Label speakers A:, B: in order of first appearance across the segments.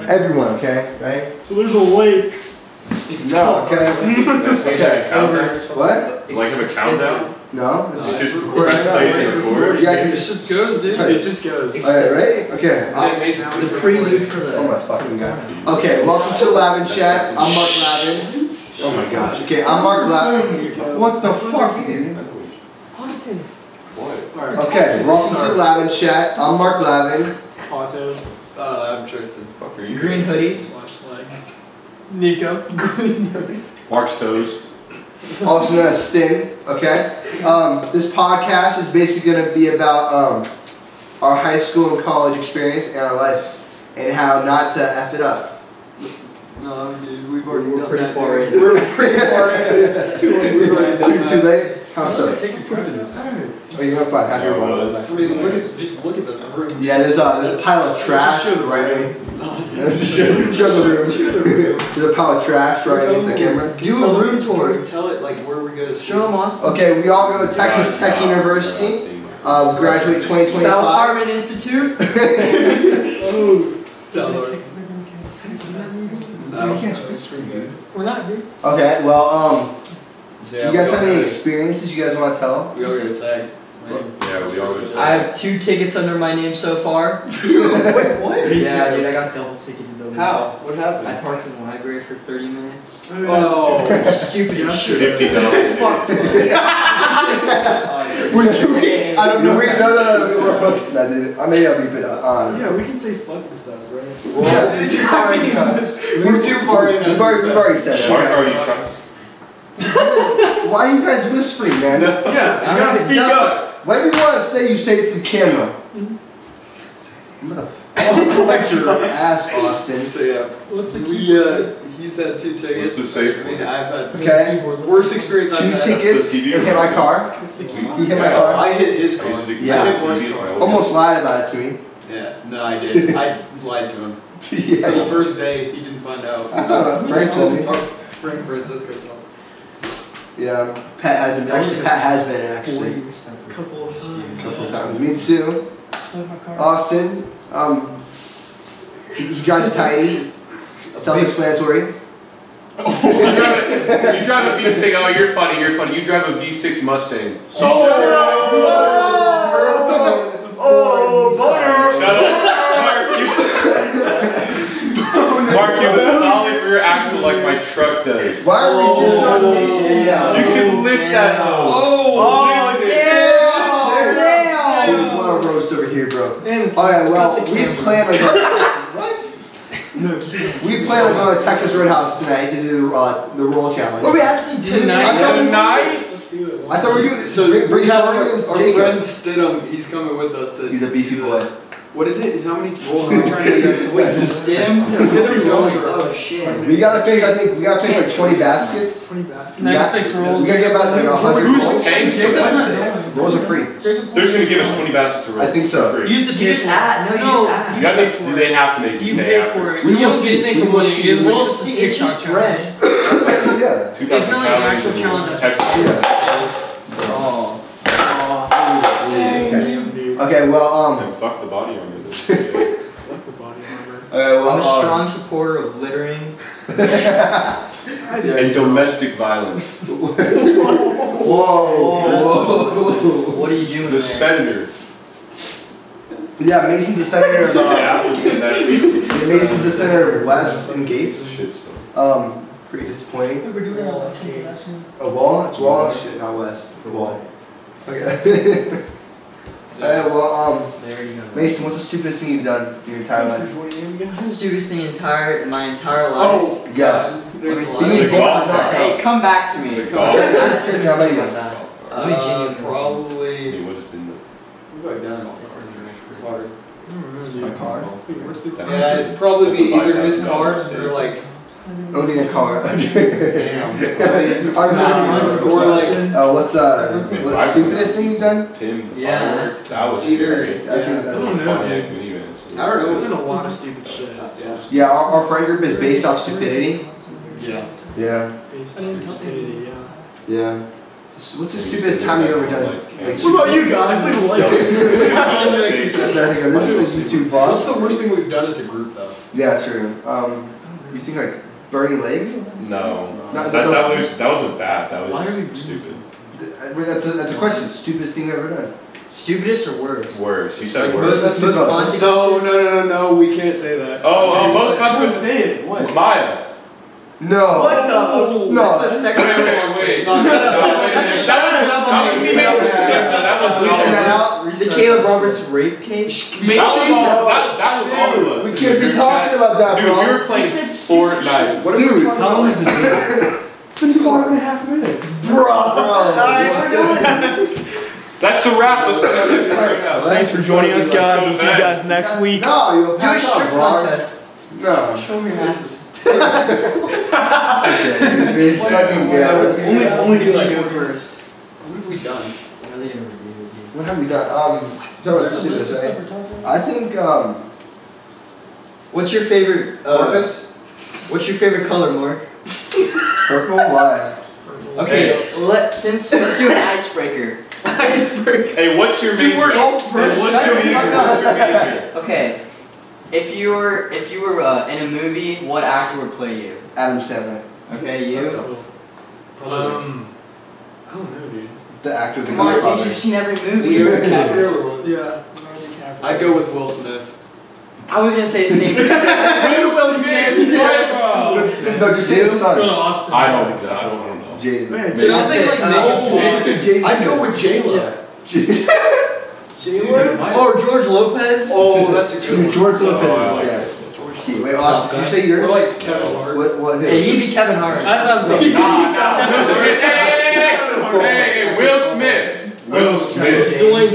A: Everyone, okay, right?
B: So there's a lake.
A: No, okay, okay.
C: Over.
A: What?
C: Like have a countdown?
A: No, it's
C: It's
A: just
C: just-
A: recording
C: it's
A: now.
C: just record.
A: Yeah, I can just.
D: just goes, dude.
A: Okay.
B: It just goes.
A: Alright, ready? Okay. I'll-
C: amazing how
D: The prelude for the.
A: Oh my fucking god. Okay, welcome to Lavin Chat. I'm Mark Lavin. Oh my gosh. Okay, I'm Mark Lavin. What the fuck, dude?
D: Austin.
C: What?
B: Alright.
A: Okay, welcome to Lavin Chat. I'm Mark Lavin.
B: Auto
D: Uh, I'm Tristan.
C: Fuck are you?
D: Green hoodies.
B: slash legs.
D: Nico.
C: Mark's toes.
A: also known as Stin. Okay, um, this podcast is basically going to be about um, our high school and college experience and our life, and how not to f it up.
D: No, dude, we've
B: already
D: We're
B: done
D: pretty
B: that,
D: far in.
A: We're pretty far ahead.
D: We've already done
A: Too,
D: that.
A: too late. How so?
B: Take your prejudice.
A: Oh, you're gonna find half your one.
C: I
B: at, just look at the room.
A: Yeah, there's a there's a pile of trash right. underneath- Show the room. There's a pile of trash right underneath the camera.
D: Do a room tour.
B: Tell it like where we go to Uh,
D: Show them Austin.
A: Okay, we all go to Uh, Texas Tech University. Uh, graduate 2025.
D: South Harmon Institute.
B: Cellar.
A: You can't whisper, dude.
D: We're not, dude.
A: Okay, well, um, do you guys have any experiences you guys want to tell?
D: We all go to tag.
C: Yeah, we always.
D: I have two tickets under my name so far.
B: Wait, what?
D: yeah, dude, I got double ticketed though.
B: How? What
D: I
B: happened?
D: parked in the library for 30 minutes.
B: Oh,
D: Stupid as shit.
C: Fifty dollars.
B: Oh,
A: We're two weeks. I don't know.
B: We-
A: no, no, no, no. We're posting that, dude. I may have you been on.
B: yeah, we can say fuck and stuff, right?
A: um, Well, we're too far in. cuss.
B: We're too far in.
A: We've already, we've already said
C: Mark,
A: it.
C: are you trust?
A: Okay. Why are you guys whispering, man?
B: Yeah, you
D: I'm
B: gotta
D: not
B: speak
D: dumb.
B: up.
A: Whatever you want to say, you say it's the camera. Motherfucker. Cut your ass, Austin.
B: So yeah,
D: What's
B: we uh, he's had two tickets.
C: What's the safe
B: I mean,
C: one?
B: I've had
A: Okay.
B: worst experience I've
A: Two
B: had.
A: tickets.
C: you do.
A: You hit my car. You hit my
C: Yeah.
A: car.
B: I hit his
C: I used to
B: car.
C: do-
A: Yeah.
C: I did once in my old-
A: Almost lied about it to me.
B: Yeah, no, I did. I lied to him. For the
A: yeah.
B: first day, he didn't find out.
A: I thought about Francis.
B: Frank Francisco. talked.
A: Yeah. Pat hasn't. Actually, Pat has been actually.
B: Couple of times.
A: Couple times. Me too. Austin, um, he he drives a tiny. Self-explanatory.
E: You drive a V6, oh, you're funny, you're funny. You drive a V6 Mustang. Oh,
A: Oh,
C: Mark, you, Mark, you have a solid rear axle like my truck does. You
A: Why are we just not
B: Oh!
A: mixing
B: You
A: down?
C: can lift that hoe.
E: Oh,
C: Lift it.
A: Dude, what a roast over here, bro. Alright, well, we plan on What? We plan on going to Texas Roadhouse tonight to do the, uh, the roll challenge.
B: Oh,
D: What we actually do
A: I thought we-
E: Tonight?
A: I thought we were doing
B: So
A: bring, bring
B: we have
A: Corey
B: our,
A: and
B: our
A: Jacob.
B: friend Stidham. He's coming with us to.
A: He's a beefy boy.
B: What is it? How many rolls are we trying to get? Wait,
D: Stim?
B: Yeah, Stidham's going.
D: Oh shit.
A: We gotta finish. I think we gotta finish like twenty baskets.
B: Twenty baskets.
A: We got-
F: Ninety-six rolls.
A: We gotta get about like hundred
C: Who's
A: rolls.
C: paying for Wednesday?
A: Rolls are free.
F: Jacob's
C: They're just gonna give us twenty baskets of roll.
A: I think so.
C: For free.
F: You have to
D: You
F: pay
D: just
F: for
D: add. No, you
F: No,
D: just add.
F: you
C: You have to, do they have to make
F: it.
C: you
F: You
C: pay
F: pay
C: after?
F: for it.
A: We
F: You
A: will
F: don't
A: see.
F: get anything
A: We
F: for
A: will
F: money.
A: see.
F: You get
A: We'll
F: like a
D: see.
F: TikTok
D: It's just
F: challenge.
D: bread.
A: Yeah.
C: Two
F: It's
C: thousand
F: not like an
C: calories
F: actual
C: and
F: challenge.
C: Texas.
D: Oh.
A: Okay.
B: Damn, dude.
A: Okay. Well. Um.
C: And fuck the body armor.
B: Fuck the body
A: Okay.
B: armor.
D: I'm
C: Uh,
D: a
A: Well. Um,
D: strong supporter of littering.
C: And domestic violence.
A: whoa. Whoa.
D: What are you doing
C: The
D: there?
C: senator.
A: yeah. Mason's the senator of. Uh,
C: Yeah, Appleton, that's easy.
A: Mason's the senator of West and Gates.
C: Shit, so.
A: Um. Pretty disappointing.
F: We're doing all that shit. That's-
A: A wall. It's wall. Shit. Not West. A wall. Okay. Alright. Well. Um.
D: There you go.
A: Mason, what's the stupidest thing you've done in your entire
B: Thanks
A: life?
B: for joining in, guys.
D: Stupidest thing entire my entire life.
B: Oh,
A: Yes.
B: there's a
A: You need
B: lot.
A: to think about that.
D: Hey, come back to me.
C: The
D: Come
C: golf.
D: back.
A: Just-
D: I'm
A: just
D: serious
A: how
D: about
A: many?
D: that. Let me
B: Uh,
D: change it.
B: probably.
C: Hey, what has been the-
B: What have I done? It's hard.
D: Hmm.
A: My car.
B: Yeah, it'd probably be
C: That's a
B: either his
C: bypass.
B: car or like,
A: Owning a car.
B: damn.
A: Our
B: Nah,
A: journey.
B: Or like,
A: Uh, what's uh, what's the stupidest thing you've done?
C: Tim, the
D: Yeah.
C: fireworks, that was
B: Peter.
C: scary.
A: I can-
B: Yeah.
A: that's-
C: Pontiac minivans.
B: I don't know.
C: It's
B: There's
C: in
B: been
C: a-
B: a lot of stupid shit. Yeah.
A: Yeah, our, our friend group is based off stupidity.
B: Yeah.
A: Yeah,
B: Based on stupidity, yeah.
A: yeah. So what's the stupidest time you've ever done? Like,
E: What
A: about
G: you guys? Leave a
A: There you go, This is a YouTube
B: What's
A: vlog.
B: the worst thing we've done as a group though?
A: Yeah, true. Um, you think like burning a leg?
E: No.
A: Not-
E: That, that was that wasn't bad. That was
D: Why
E: just
D: are we-
E: stupid.
A: Uh, wait, That's a, that's a question. Stupidest thing I've ever done.
D: Stupidest or worst?
E: Worse. You said
D: Like,
E: worse.
A: Let's do both.
D: Most fun-
B: No, no, no, no, no, we can't say that.
E: Oh, oh, most
G: Don't
E: consequences.
G: say it. What?
E: Maya.
A: No.
B: What the?
A: No.
D: That's a
E: Wait, wait,
D: second.
E: wait, wait.
D: No, no,
E: No, wait,
D: no, no.
E: That was that was me making. Yeah, no, that was all.
A: Bleeping
E: of
A: that
E: us.
A: out.
D: The Caleb Roberts rape case?
E: That was all. That, that was all of us.
A: We can't be
E: Dude,
A: talking about that,
E: Dude, we
A: bro.
E: were playing
G: You said
E: Fortnite.
A: What Dude,
G: How long has it been? It's been four and a half minutes.
A: bro.
D: Alright, we're doing it.
E: That's a wrap. Let's go to the next round.
G: Thanks for joining us, guys. We'll see you guys next week.
A: No, you'll
D: Do a
A: pass
D: strip
A: up, bro.
D: contest.
A: No.
D: Show me your ass.
A: It's fucking weird.
G: Only, only do like
D: Go first.
B: What have we done?
D: I really never did with you.
A: What have we done? Um, no, let's do this, right? I think, um,
D: What's your favorite? Uh,
A: porpoise,
D: what's your favorite color, Mark?
A: purple, why?
D: Okay, let since let's do an icebreaker.
B: Iceberg.
E: Hey, what's your major? Dude, we're all Hey, what's your major? What's your major?
D: Okay, if you were if you were uh, in a movie, what actor would play you?
A: Adam Sandler,
D: Okay, you.
B: Probably.
G: Um,
B: I don't know, dude.
A: the actor, the
D: Come on, dude,
A: grandfather.
D: you've seen every
B: Leo
D: movie.
B: DiCaprio. or-
G: yeah.
B: I'd go with Will Smith.
D: I was gonna say the same. thing.
A: No, just say the son.
G: Austin.
E: I don't. I don't. I don't know.
A: Jaden.
G: Dude, I was
D: That's
G: thinking like
D: it. Uh,
G: Nick-
A: Jason, Jason.
B: I'd go with J-Lo.
A: Jason.
D: Or George Lopez.
B: Oh, that's a good
A: Dude,
B: one.
A: George Lopez,
E: Oh, I like
A: yeah. Okay, Wait, Austin, did you say
B: Or
A: yours?
B: like Kevin Hart.
A: What, what,
D: Yeah, he'd be Kevin Hart.
E: Nah, nah. Hey, hey, hey, hey, hey, Will Smith. Will Smith.
G: Dwayne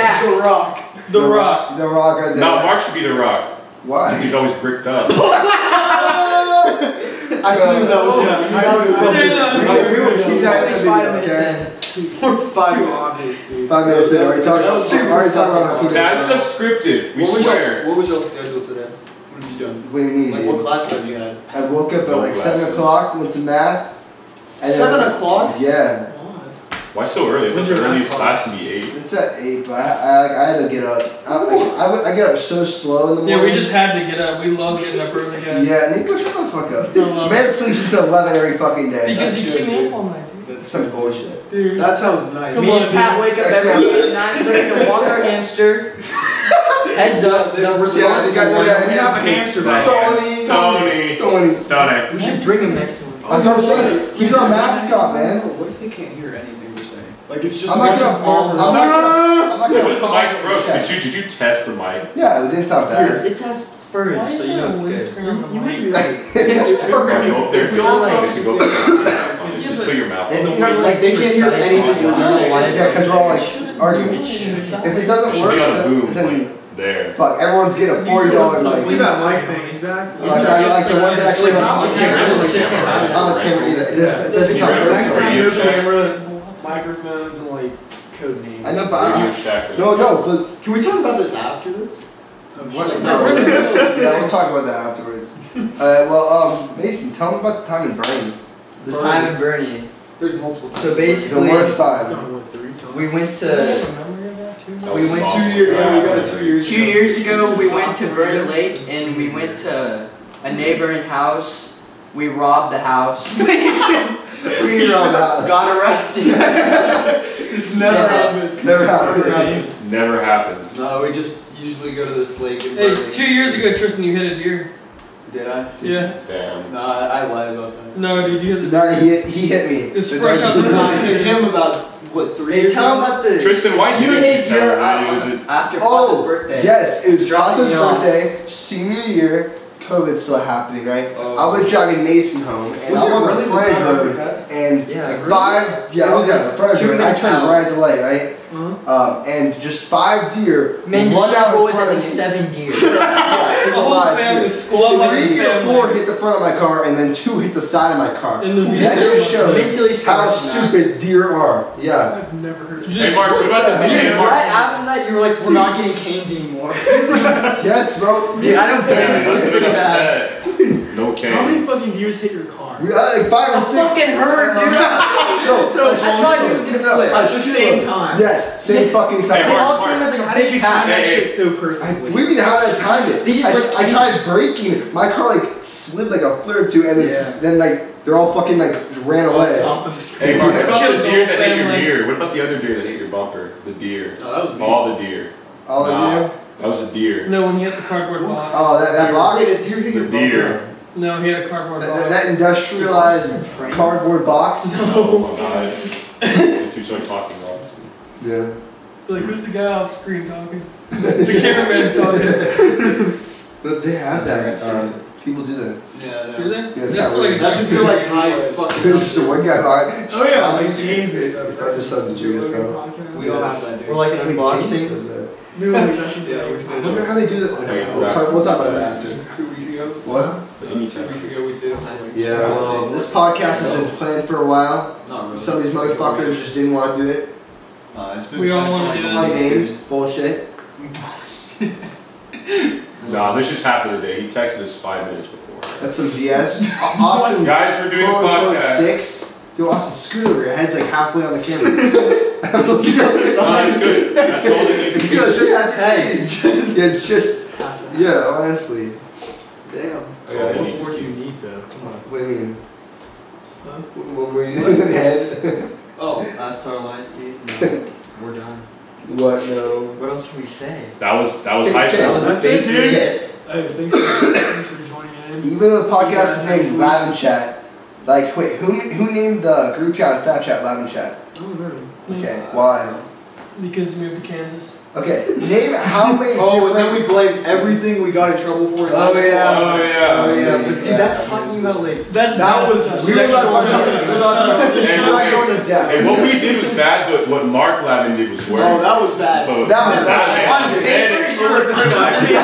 D: Shaq.
B: The Rock.
G: The Rock.
A: The Rock, right there.
E: No, Mark should be the Rock.
A: Why?
E: He's always bricked up.
A: I
B: knew Oh, that was gonna-
A: We will keep that in the
D: Five
A: video, okay?
D: minutes in.
B: We're five obvious, dude.
A: Five minutes in, already talking,
B: That was super
A: already talking about
B: fucking
A: Peter.
E: That's just scripted. We
B: What was
E: swear.
B: your What was your schedule today? What have you done?
A: What do you mean,
B: Like what
A: dude?
B: class have you had?
A: I woke up at
E: No
A: like seven
E: glasses.
A: o'clock, went to math. and then-
B: Seven o'clock?
A: Yeah,
E: Why so early?
G: When's
E: That's the
G: your
E: earliest
G: last
E: class to be eight.
A: it's at eight, but I, I, I had to get up. I, I, I would- I get up so slow in the morning.
H: Yeah, we just had to get up. We love getting up early, guys.
A: Yeah, Nico, shut the fuck up.
H: No, no.
A: Man sleeps until eleven every fucking day.
H: Uh, Because you
B: That's
H: keep
B: good,
H: me
B: dude.
H: up all night,
B: That's
A: Some bullshit.
H: dude. Dude.
B: That sounds nice.
H: Come
D: Me and
H: on,
D: Pat
H: dude.
D: wake up every day at nine thirty to walk our hamster. Heads up, the
A: Yeah,
D: response
A: they got- they got-
B: We have a hamster back.
A: Tony,
E: Tony.
A: Tony.
E: Done
D: We should bring him next one.
A: I'm trying to say, he's our mascot, man.
B: What if they can't hear anything we're saying? Like it's just.
A: I'm not gonna. I'm not gonna. I'm not
E: What
A: gonna.
E: was the mic's broke?
A: Yeah.
E: Did you, did you test the mic?
A: Yeah, it didn't sound bad.
D: It's, it has furry,
H: Why
D: so
H: is
D: you
H: there
D: know
H: a
D: it's good.
H: windscreen on the mic?
A: It's
E: Go up there.
B: We all talk
E: You should go up there. Just so your mouth.
A: It-
E: opens.
A: it's not like-
B: they can't hear anything we're just saying.
A: Yeah, 'cause we're all like arguing. If it doesn't
E: It should
A: work,
E: be on a
A: then,
E: boom.
A: then
E: Like, there.
A: fuck. Everyone's getting a forty dollar
B: Let's do
A: like.
B: that mic thing exactly.
A: Like, I like the ones that actually.
B: I'm
A: I'm
B: a
A: a
B: camera.
A: camera. I'm a camera either. It doesn't- it doesn't
E: Yeah.
A: sound
E: Yeah.
A: perfect.
B: Next time,
E: Radio
B: no
E: Shack.
B: camera, microphones, and like code names.
A: I know, but
E: Radio
A: I,
E: Shack.
A: no, no, but
B: Can we talk about this after this? Oh,
A: what? No, yeah, we'll talk about that afterwards. Uh, well, um, Mason, tell me about the time in Bernie.
D: The time in Bernie.
B: There's multiple.
D: So
A: The
D: basically,
A: worst time.
B: No, what, three times?
D: we went
H: Do you have
D: to
H: a memory of that, too?
E: That
D: we
E: was
D: went
E: awesome.
B: Two year, yeah, we got it two years.
D: two
B: ago.
D: years ago. We went to Bernie Lake and we went to a neighboring house. We robbed the house.
A: We were on the house.
D: Got arrested.
B: It's never happened.
A: Never happened.
E: Never happened.
B: No, we just usually go to this lake in
H: Hey,
B: Berkeley.
H: two years ago, Tristan, you hit a deer.
B: Did I?
H: Yeah.
E: Damn.
B: Nah, I, I lied about that.
H: No, dude, you hit the
A: No, he, he hit me.
H: It's
A: So
H: fresh
A: don't-
H: out the
B: No, I hit him about what three
D: Hey,
B: years
D: tell him
B: ago.
D: about the
E: Tristan, why
D: you
E: you didn't
D: hit
E: you tell
D: your
E: everybody? Was it
D: uh, after Father's
A: Oh,
D: birthday.
A: yes, it was
D: Dropping
A: Jonathan's
D: you off.
A: birthday, senior year, COVID's still happening, right?
B: Oh.
A: I was jogging Mason home, and I
B: Was it
A: was on
B: really
A: the
B: the
A: Flange
B: time
A: Road,
B: after Pat's?
A: and
D: Yeah,
A: like
D: really?
A: five, yeah, I was at the Flange
D: Two
A: Road, I
D: minutes
A: tried to
D: out.
A: ride the light, right?
B: Uh-huh.
A: Um, and just five deer
D: Man,
A: run out in
D: destroys
A: front
D: at
A: of
D: least
A: me.
D: seven deer.
A: Yeah, it
H: The
A: was a
H: whole
A: lot of
H: family,
A: deer.
H: school of my
A: Three or four
H: family.
A: hit the front of my car, and then two hit the side of my car.
H: In the
A: That just shows
D: Mentally
A: how
D: scarred now.
A: stupid deer are. Yeah.
B: I've never heard. Of
H: Just-
E: Hey Mark, what about the
A: Dude,
E: hey,
D: Dude,
E: Mark?
D: right after that, you were like, we're not getting canes anymore.
A: Yes, bro.
D: Dude, I don't
E: Yeah,
D: care.
E: that's
D: It's
E: what
D: pretty
E: I
D: bad.
E: said. No
G: How many
E: cane.
G: fucking
I: deers hit your car?
A: We, uh, like five
B: Oh,
A: or
I: I
A: six.
I: fucking heard,
A: Uh,
I: dude.
A: no,
I: So
A: a
I: I tried to-
A: shoe.
I: it was gonna
A: No,
I: flip.
A: a
I: At the
A: shoe.
I: same time.
A: Yes, same fucking
I: They
A: time.
I: all came as like, how did you time that shit so
A: I,
I: perfectly?
A: we didn't have that time it.
D: They just,
A: I,
D: like,
A: I tried braking. My car like slid like a foot or two, and then
D: Yeah.
A: then like they're all fucking like ran away.
I: Top of his-
E: Hey, Mark, what about the
H: Killed
E: deer that
H: the
E: ate your
H: family.
E: rear? What about the other deer that ate your bumper? The deer.
B: Oh, that was me.
E: All the deer.
A: Oh,
E: Nah.
A: yeah.
E: That was a deer.
H: No, when he has the cardboard box.
A: Oh, that that box.
I: Wait, a deer hit your
E: The
I: bumper?
E: deer.
H: No, he had a cardboard
A: That,
H: box.
A: that, that industrialized cardboard box.
E: Oh my god. Guess who started talking about
A: Yeah.
H: Like, who's the guy off screen talking? the cameraman's talking.
A: But they have that. Um, people do that.
B: Yeah, I
H: Do
B: know.
H: they?
A: Yeah,
H: That's
A: that
H: like.
A: way.
B: That's if you're like high fucking.
A: There's just one guy. All right.
I: Oh yeah,
A: I
I: like
A: think
I: James or
A: it's-
I: something.
A: It's like the son of Judas. though.
B: We all have that, dude.
D: We're like
A: I
D: an
A: think James
D: unboxing.
A: does that.
I: No, like, that's his
B: Yeah, we
A: I
B: stayed
A: wonder
B: up.
A: how they do that.
E: Okay,
A: We'll talk, we'll talk about that after.
B: Two weeks ago.
A: What?
B: Two
E: that?
B: weeks ago, we stayed up. till, like,
A: Yeah. Well,
B: Friday.
A: this podcast has been planned for a while.
B: Not really.
A: Some of these motherfuckers just didn't want to do it.
B: Nah, it's been
H: We all
B: planned for,
H: wanna
B: like,
H: do
B: a
H: this.
B: month,
A: Unnamed bullshit.
E: Nah, this just happened today. He texted us five minutes before.
A: That's some BS. Au- Austin's
E: Guys, we're doing a
A: quote unquote
E: podcast.
A: six. Yo, Austin, scoot over. Your head's like halfway on the camera. I'm looking on the
E: Nah,
A: side.
E: that's good. That's all they need to
A: Yeah,
E: do.
A: it's just heads. Yeah, it's just. Yeah, honestly.
I: Damn.
E: Okay.
I: What more do you need though? Come on.
A: What do you mean?
I: Huh?
A: What were you doing? Head?
B: Oh, that's our life, dude. No, we're done.
A: What? No.
D: What else can we say?
E: That was that was high
A: That
E: school.
A: was
I: That's it, dude. Hey, thanks for, thanks for joining in.
A: Even though the podcast is named Lab and Chat, like, wait, who who named the group chat on Snapchat Lab and Chat?
I: Oh no.
B: Mm.
A: Okay, why?
H: Because he moved to Kansas.
A: Okay, name how many.
B: Oh, and
A: different-
B: then we blamed everything we got in trouble for. in high
A: Oh
B: school.
A: yeah.
E: Oh, yeah.
A: Oh yeah.
B: Dude, that's talking about like.
H: That's
B: That was
A: We were not going. We were not going. We were not going to
E: Hey,
A: depth.
E: what we did was bad, but what Mark Lavin did was worse.
B: Oh, that was bad.
E: But-
A: That was bad.
E: And it-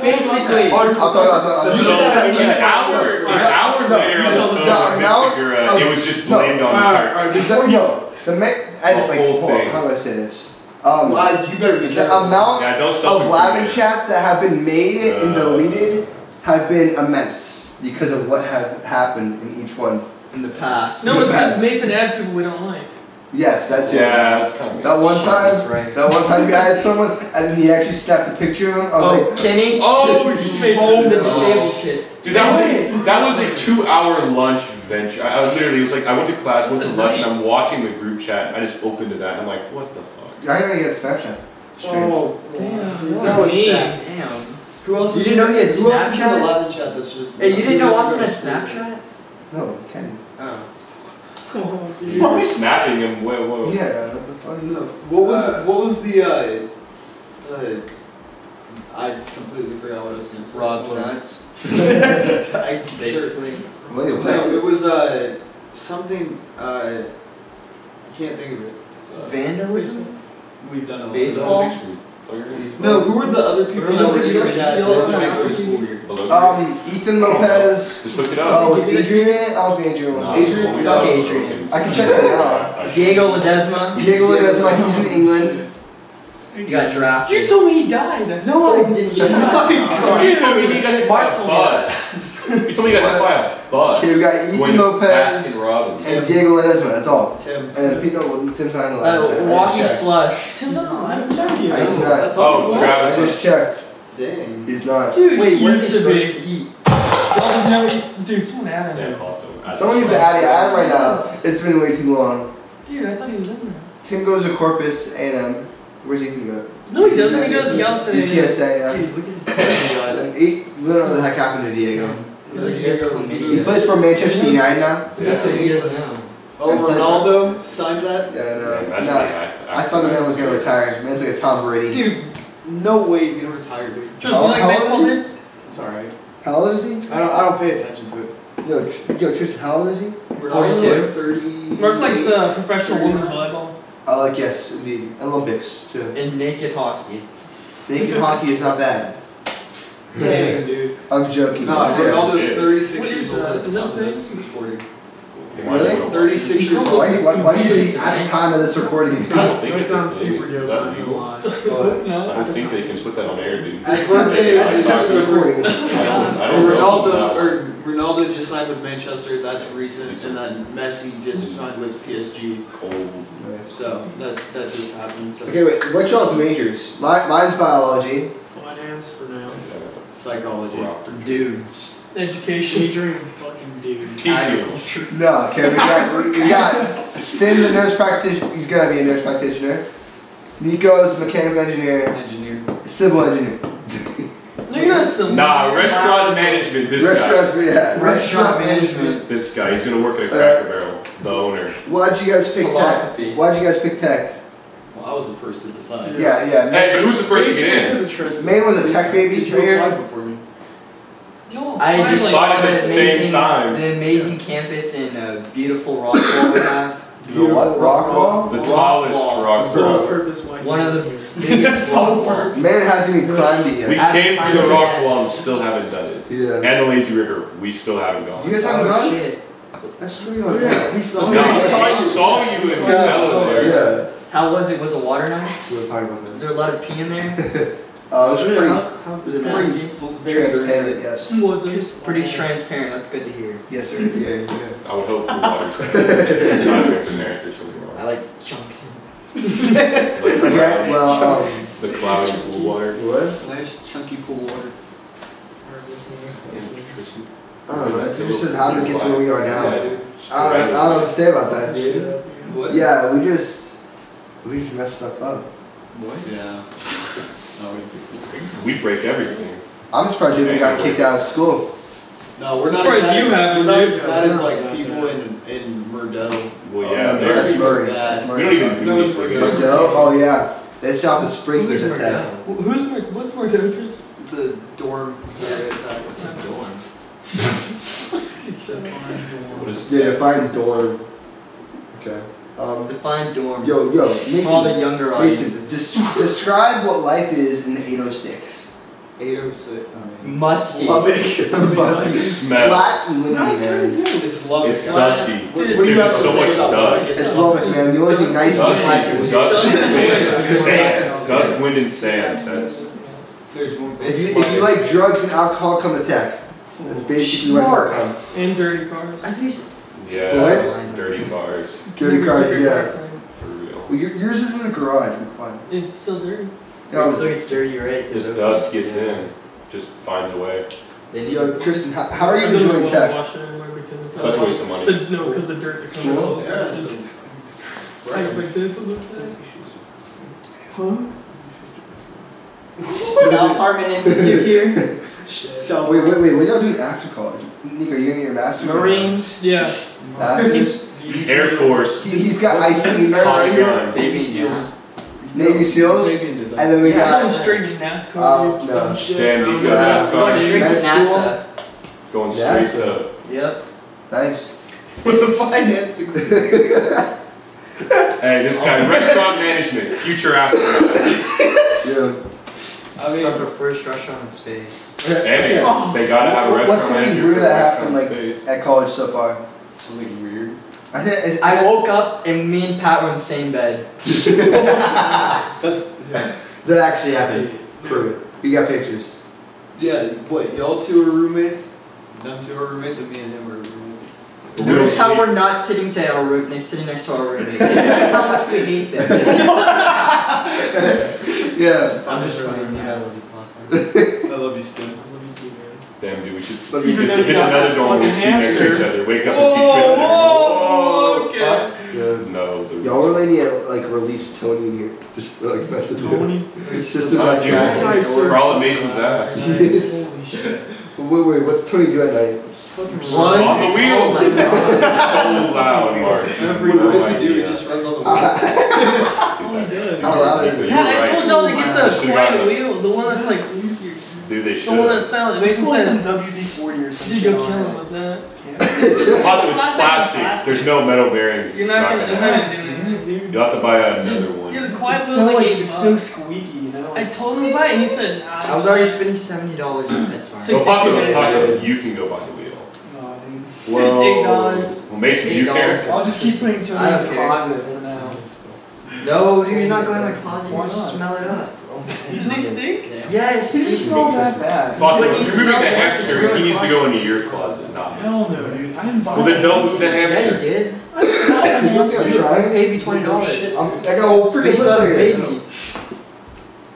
D: Basically,
A: I'll talk about
E: So
A: that.
E: an hour, an hour later
A: You
E: on
A: tell
E: the
A: us
E: phone with
A: now.
E: Mr. Gura, it was just
A: No.
E: blamed on Mark.
A: The, no, the ma- I,
E: The
A: like,
E: whole
A: hold on,
E: thing.
A: how do I say this? Um,
B: Why, you better be
A: the
B: careful.
A: amount
E: Yeah, don't
A: of Lavin
E: self-incriminate.
A: chats that have been made and
E: Uh.
A: deleted have been immense because of what have happened in each one.
B: in the past.
H: No, it's because Mason adds people we don't like.
A: Yes, that's it.
E: Yeah, that's kind of.
A: That one time,
B: That's right.
A: that one time you had someone and then he actually snapped a picture of him. I was
D: oh, Kenny,
E: Oh,
D: the
E: shit.
D: disabled kid.
E: Dude, that was that was a two-hour lunch venture. I, I was literally it was like I went to class, went to lunch, and I'm watching the group chat. And I just opened to that. And I'm like, what the fuck?
A: like, I didn't know you had Snapchat.
I: Oh,
A: Strange.
H: Damn.
B: That was
H: Me.
B: bad.
D: Damn.
B: Who else?
D: You
B: is-
D: didn't know he had
B: Who else is in
D: Snapchat?
B: the live chat? That's just.
D: Hey, you didn't know Austin had Snapchat?
A: No, Ken.
B: Oh.
I: Oh, dude.
E: You were snapping him. Whoa, whoa.
A: Yeah, what the fuck?
B: No. What was
A: Uh,
B: what was the uh, uh I completely forgot what I was gonna say.
D: Rob
B: Jones. I sure.
D: Basically.
A: What is
B: No, it
A: that?
B: was uh something uh I can't think of it. So,
E: Uh,
D: Vandalism?
B: we've done a lot.
D: Baseball?
B: No, who were the other people that were in
H: Remember
B: the chat that
H: Yoshi?
B: were coming for the school year?
E: Um,
A: Um, Ethan Lopez.
E: just look it
A: Oh,
E: up.
A: was Adrian in it? I don't think oh, Adrian was.
E: No,
B: Adrian-
E: we
B: fuck
E: don't.
D: Adrian.
A: I can check that out.
D: Diego Ledesma?
A: Diego Ledesma, he's in England.
D: You got drafted.
H: You told me he died.
A: No, I didn't.
E: You told me he got hit by a bus. You told me he got hit by a bus.
A: Okay, we got Ethan
E: When
A: Lopez
E: Baskin Robbins.
A: and Diego Ledesma. That's all.
B: Tim.
A: And then Pete Noble, Tim's not in the last
D: Uh,
A: check. I just
D: Milwaukee
A: checked.
D: Slush.
I: Tim's on. I don't know you.
A: I did not.
E: Oh,
A: I
E: Travis.
A: just checked.
B: Dang.
A: He's not.
H: Dude,
D: Wait,
H: he
D: where's
H: used to
D: he
H: be.
D: supposed to eat?
H: Doesn't know- Dude, someone added
E: Dan
H: him.
E: Palto.
A: Someone needs to add it. Add him right now. It's been way too long.
H: Dude, I thought he was in there.
A: Tim goes to Corpus A&M. Where's Ethan go?
H: No, he doesn't. He goes to Galveston.
A: UTSA.
D: Dude, look at this
A: yeah. And eight- We don't know what the heck happened to Diego.
B: Is it Diego?
A: He plays for Manchester United now.
E: Yeah.
D: That's what he doesn't know.
B: Oh, Ronaldo signed that?
A: Yeah,
E: Yeah,
A: uh, no,
E: imagine
A: no.
E: that.
A: I thought the man was gonna retire. Man's like a Tom Brady.
B: Dude, no way he's gonna retire, dude.
H: Just like
A: How old
H: baseball,
A: is he?
H: dude.
B: It's alright.
A: How old is he?
B: I don't, I don't pay attention to it.
A: Yo, Tr- yo, Tristan, how old is he?
B: Ronaldo, like 30.
H: Mark likes uh, professional women's volleyball.
A: Uh, like yes, indeed. Olympics too.
D: In naked hockey.
A: Naked hockey is not bad.
B: Dang, dude.
A: I'm joking.
B: No,
A: It's there.
B: Ronaldo's
E: Yeah.
B: 36
H: What is
B: years old.
H: that? Is that
B: Oh, that's 40.
A: Really?
B: 36 years old.
A: Why, do you- why, why do you say at the time of this recording?
I: That
A: it's not-
I: sounds- that sounds super dope. I'm not gonna lie.
A: What?
E: I
H: No.
E: don't think they can put that on air, dude.
A: At the time of this recording.
E: I don't, I
B: And
E: don't know.
B: Ronaldo, or Ronaldo Ronaldo just signed with Manchester. That's recent, and then Messi just signed with PSG.
E: Cold.
B: So that that just happened. So
A: Okay, wait. What y'all's majors? My, mine's biology.
I: Finance for now.
B: psychology.
D: Dudes.
H: Education.
I: Majoring in fucking dude.
E: Teaching.
A: No, okay. We got we, we got Stin, the nurse practitioner. He's gonna be a nurse practitioner. Nico's a mechanical engineer,
B: Engineer.
A: civil engineer,
H: No, you're not some.
E: Nah, restaurant management. This
A: restaurant Uh, yeah,
D: Restaurant management.
E: guy. This guy. He's gonna work at a Cracker Barrel. The owner.
A: Why'd you guys pick
B: Philosophy.
A: tech? Why'd you guys pick tech?
B: Well, I was the first to decide.
A: Yeah, yeah. Man,
E: Hey, but who's the first to get in?
B: Because of Tristan.
A: Maine was a tech baby
B: Because you
A: for here.
B: applied before me.
H: Yo,
D: I
E: Finally.
D: just saw
E: At the
D: the
E: same
D: amazing,
E: time.
D: the amazing campus and uh, beautiful Rockwall we have.
A: The what? Rock wall?
E: The tallest
D: Wall.
E: rock
I: Sole
E: barrel.
I: purpose white.
D: One of
I: people.
D: the biggest Rockwalls.
A: Man hasn't even climbed it
E: We
A: yet.
D: At-
E: came to the
D: finally.
E: rock wall and still haven't done it.
A: Yeah.
E: And the lazy river, we still haven't
A: You
E: gone.
A: guys haven't
D: Oh,
A: gone?
D: shit.
A: That's where you are.
I: Yeah, we
E: No,
I: saw
E: I
I: it.
E: saw you, saw you in the middle
A: Yeah.
E: there.
D: How was it? Was the water nice?
A: We were talking about
D: Was
A: this.
D: there a lot of pee in there?
A: Uh, it was pretty
I: How- How's
A: It was
I: the
A: a
I: best?
A: pretty transparent, yes.
H: What the-
I: Piss
D: Pretty
I: off.
D: transparent. That's good to hear.
A: Yes, sir. Yeah, yeah.
E: I would hope the water's not in there or something
D: I
E: wrong.
D: like chunks.
E: Like,
A: Okay, well, um,
E: The cloudy pool water.
A: what?
B: Nice chunky pool water.
A: I don't know. It's interesting how we get to where we are now. I don't, I don't know what to say about that, dude.
B: What?
A: Yeah, we just, we just messed stuff up.
B: Yeah. no,
E: We break everything.
A: I'm surprised you even got kicked out of school.
B: we- no, we're
H: As
B: not.
H: far as
B: that
H: you
B: is-
H: have,
B: we're not
H: dude.
B: as bad as
I: Yeah.
B: like people in in Murdo.
E: Well,
B: Oh,
E: yeah,
B: no,
E: there.
A: Uh, That's
B: that's
A: Murray.
B: bad.
A: That's
E: We don't
A: Murray.
E: even do this
B: No,
E: for
B: it's
E: good.
B: Murdoch.
A: Brazil? Oh yeah, they shot the sprinklers attack.
H: Wh- Who's Mer- what's Merdell?
B: It's a dorm area type. It's a dorm.
E: What is
A: Yeah, define dorm. Okay. Um,
D: Define dorm.
A: yo, yo,
D: For all the
A: Mason,
D: younger audiences.
A: Mason, des- describe what life is in oh the 806.
B: 806.
D: Musty.
A: Busty.
E: smell?
A: Flat and windy, man.
B: It's love.
E: It's dusty.
B: What
H: Dude,
B: what do you
E: there's
B: have to
E: so
B: say
E: much
B: about
E: dust.
B: that?
A: It's love it, man. The only thing nice
E: Dust,
A: in life
E: dust,
A: is
E: dust, wind,
H: Dust.
E: sand. Dust, wind, and sand. That's
B: There's one.
A: If you, if you like drugs and alcohol, come attack. That's basically what
D: Smart.
A: come.
H: And dirty cars.
D: I think you said-
E: yeah. Dirty cars
A: Dirty cars,
H: Dirty
A: yeah.
H: car thing.
E: for real.
A: Well, your- yours is in the garage. We're fine.
H: It's still dirty.
A: Yo,
D: Oh, So it's dirty, right?
E: The dust gets in, just finds a way.
D: They need
A: yo, Tristan, how, how are you
H: I don't
A: enjoying
H: wanna
A: tech?
H: wash it anymore because it's
E: That's a waste of money.
H: But No, because the dirt that comes
A: Sure.
H: off.
B: Yeah,
H: is-
B: it's a-
H: I expected it to look sad.
D: South Harmon Institute here.
A: Wait,
I: So,
A: wait, wait. What y'all doing after college? Nico, you getting your master's?
D: Marines.
H: Yeah.
A: Masters.
E: Air Force,
A: He, he's got ice in the right here.
E: Polygon.
D: Baby
B: seals.
A: Navy SEALs.
B: Maybe into that.
A: And then we
H: yeah, I was
A: got.
H: straight to NASCAR.
A: Uh,
H: dude.
A: no.
I: some shit.
E: Damn,
I: um,
E: you go
A: Yeah.
E: back
D: Going
E: on
D: straight to
A: Med school.
D: NASA.
E: going
A: Yeah.
E: straight to
D: Yep.
A: Nice.
B: Finance degree.
E: Hey, this guy, restaurant management, future astronaut.
A: Yeah.
D: I Start the first restaurant in space.
E: Hey,
A: Okay.
H: Oh.
E: they gotta have a
A: What-
E: restaurant
A: what's something
E: manager
A: weird
E: for
A: that
E: restaurant
A: happened, like-
E: space.
A: At college so far.
B: Something weird.
A: I think it's,
D: I woke up and me and Pat were in the same bed.
B: That's yeah.
A: that actually happened. True. We got pictures.
B: yeah. What? Y'all two are roommates. Them two are roommates, and me and him are roommates.
D: Notice how we're not sitting to our room, next, sitting next to our roommate. That's how much we hate them.
A: Yes.
D: I'm just playing, you know.
B: I love you, Stan.
I: I love you too, man.
E: Damn, dude, we should
A: Let me
E: hit,
A: do
I: though you got
E: another
I: that
E: dorm we
I: fucking
E: sleep next to each
I: hamster.
E: other. Wake up and see Tristan.
H: Whoa, okay.
A: Yeah.
E: Whoa. No, the-
A: Y'all really need to like release Tony in here. Just like mess with Tony. Just the
E: Oh,
A: best
E: dude,
A: guy.
E: we're all at Mason's ass.
A: Yes.
I: Holy shit.
A: Wait, wait, what's Tony do at night?
I: Fucking
D: One.
E: On the wheel.
D: Oh my god.
E: So loud, Mark.
B: What does he do? Oh, He
E: idea.
B: just runs on the
A: Uh,
I: Holy dude.
A: How loud is
E: You're
A: it?
H: Yeah, I told y'all to get
E: Should've
H: the
E: gotten
H: quiet
E: the-
H: wheel, the one that's like,
E: Dude, they
H: the one that's
E: should.
H: silent.
I: They
H: Makes
I: can
H: me
I: play some
H: say,
I: WD forty or something.
H: dude, you'll kill him with that.
E: Plus, it's
H: Plastic is
E: plastic.
H: plastic.
E: There's no metal bearings.
H: You're
E: It's
H: not gonna, it's not
E: happen.
H: gonna do anything.
I: dude.
E: You'll have to buy another one.
H: His quiet
I: it's
H: wheel's
I: so
H: like
I: like
H: eight
I: it's so
H: bucks.
I: squeaky, you know.
H: I told him to buy it, he said, nah.
D: I was already spending seventy dollars on this one.
H: Six-
E: Well, possibly,
H: Yeah.
E: possibly you can go buy the wheel.
I: Aw, dude.
H: $8.
E: Well, Mason, do you care?
I: I'll just keep putting Tony
D: I
I: in
D: don't
I: the
D: care.
I: closet for now.
D: No, dude, you're not going to my closet.
I: Why
D: You'll
I: not?
D: smell it up.
I: Oh
H: Does he stink?
B: Damn.
D: Yes,
F: He didn't
D: he's
F: smell that bad.
E: Fuck, if
D: When he
E: you move
D: smells
E: the
D: it, it's
E: hamster,
D: really
E: he needs to go into your closet, not mine.
I: Hell no, dude. I didn't buy
E: Well, then don't move the
D: Yeah, he
E: hamster.
D: did.
A: I'm trying.
D: Paid me twenty dollars.
A: I'm, I got a whole freaking
D: Based
A: list
D: on
A: right
D: a
A: here.
D: baby.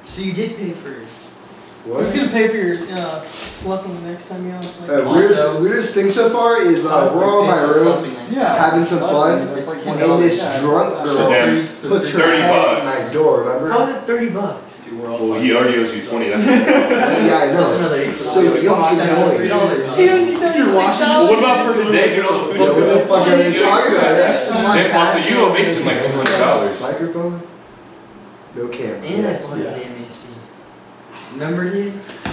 D: So you did pay for it.
H: Who's
A: What?
H: gonna pay for your uh, fluffing the next time you have like,
A: Uh, weirdest, weirdest thing so far is uh,
D: Oh,
A: we're all in my room
F: Yeah.
A: having some fun,
F: That's like
A: and
F: $10.
A: this
F: Yeah.
A: drunk
E: So
A: girl
E: then,
A: puts her
E: Thirty
A: head at
E: bucks.
A: my door. Remember?
D: How is it thirty bucks?
B: Dude, we're all
E: well,
B: talking
E: he already
B: about
E: owes you
B: stuff.
E: twenty. That's
A: Yeah, I
D: That's
A: know.
D: another eight.
A: So
D: dollars.
A: you fucking
D: Send us
A: annoying.
D: three dollars.
H: He owes you ninety-six
E: well,
H: dollars.
E: what about for today? Get all the food.
A: Yeah, what the fuck are you talking about?
E: Then also, you owe Mason like two hundred dollars.
A: Microphone? No camera.
D: And I
A: Yes.
D: bought his damn AC. Remember, dude?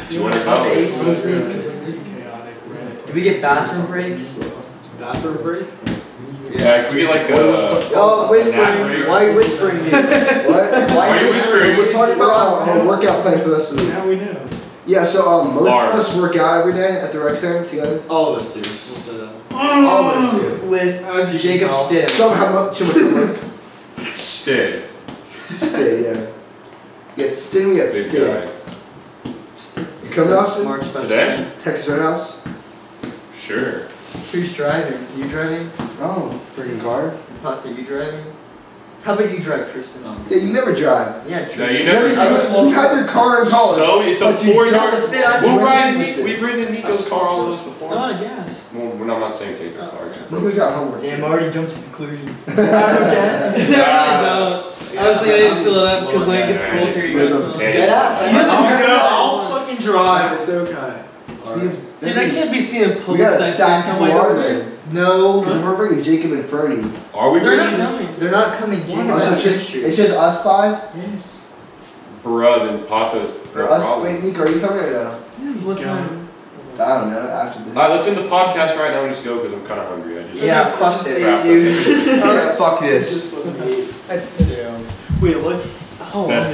E: Two hundred
D: Bought the
E: dollars.
D: AC.
I: It's
D: thing.
I: freaking chaotic, man.
D: Did we get bathroom breaks?
B: Bathroom breaks?
E: Yeah, could we get like a?
A: Oh,
E: Elaborate.
A: whispering. Why are you whispering, dude? what?
E: Why are you whispering?
A: We're talking about our, our workout plan for this week.
I: Now we know.
A: Yeah, so um, most
E: Large.
A: of us work out every day at the rec center together.
B: All of us do. We'll set up.
D: Mm.
A: All of us do.
D: With
B: As you can
D: Jacob
B: tell.
D: Stiff.
A: Somehow much too much work.
E: Stay.
A: Stay, yeah. Get stin, we get
E: Big
A: stin.
E: guy.
A: Come to us?
D: Mark's best
E: Today?
A: Texas Red House.
E: Sure.
D: friend. Who's driving? You driving?
A: Oh, freaking car.
D: Pots, are you driving? How about you drive first and all?
A: Yeah, you never drive.
D: Yeah,
E: No,
D: Tristan.
E: you never.
A: you,
E: drive.
A: you had your car in college.
E: So it's a
A: But you
E: four
A: don't
E: yard.
D: have to fit us.
E: We'll ride.
A: Swim with
E: Ni-
A: it.
E: We've ridden in Nico's car all of us before. Well,
H: Not a gas.
E: when I'm not saying take the car. it's
A: you guys
E: broken.
A: got homework.
D: Damn, I already jumped to conclusions.
H: No, no. I was thinking I didn't fill it up because when it gets
E: Yeah.
H: colder, you gotta fill it up.
E: Yeah.
B: Dead ass. I
H: Yeah.
B: I'll go. I'll
H: Yeah.
B: fucking drive. It's okay.
A: We-
B: Alright.
H: Dude, I can't be seeing a
A: We
H: police
A: got a
H: like
A: stack
H: that
A: of
H: white
A: water
H: over there.
A: there. Because
D: no,
A: we're bringing Jacob and Fernie.
E: Are we
H: They're not
E: bringing
H: dummies.
D: they're not coming. Jacob.
A: Oh, so it's just, it's just us five?
D: yes.
E: Bruh, then Pato's no
A: Or us?
E: problem.
A: Wait, Nico, are you coming or no?
H: What time?
A: I don't know. After the.
E: Alright, let's end the podcast right now and just go because I'm kind of hungry. I just.
D: Yeah, fuck
A: Just
D: this.
E: Wrap
A: eight, dude. yeah, fuck this.
I: Wait, let's.
E: That's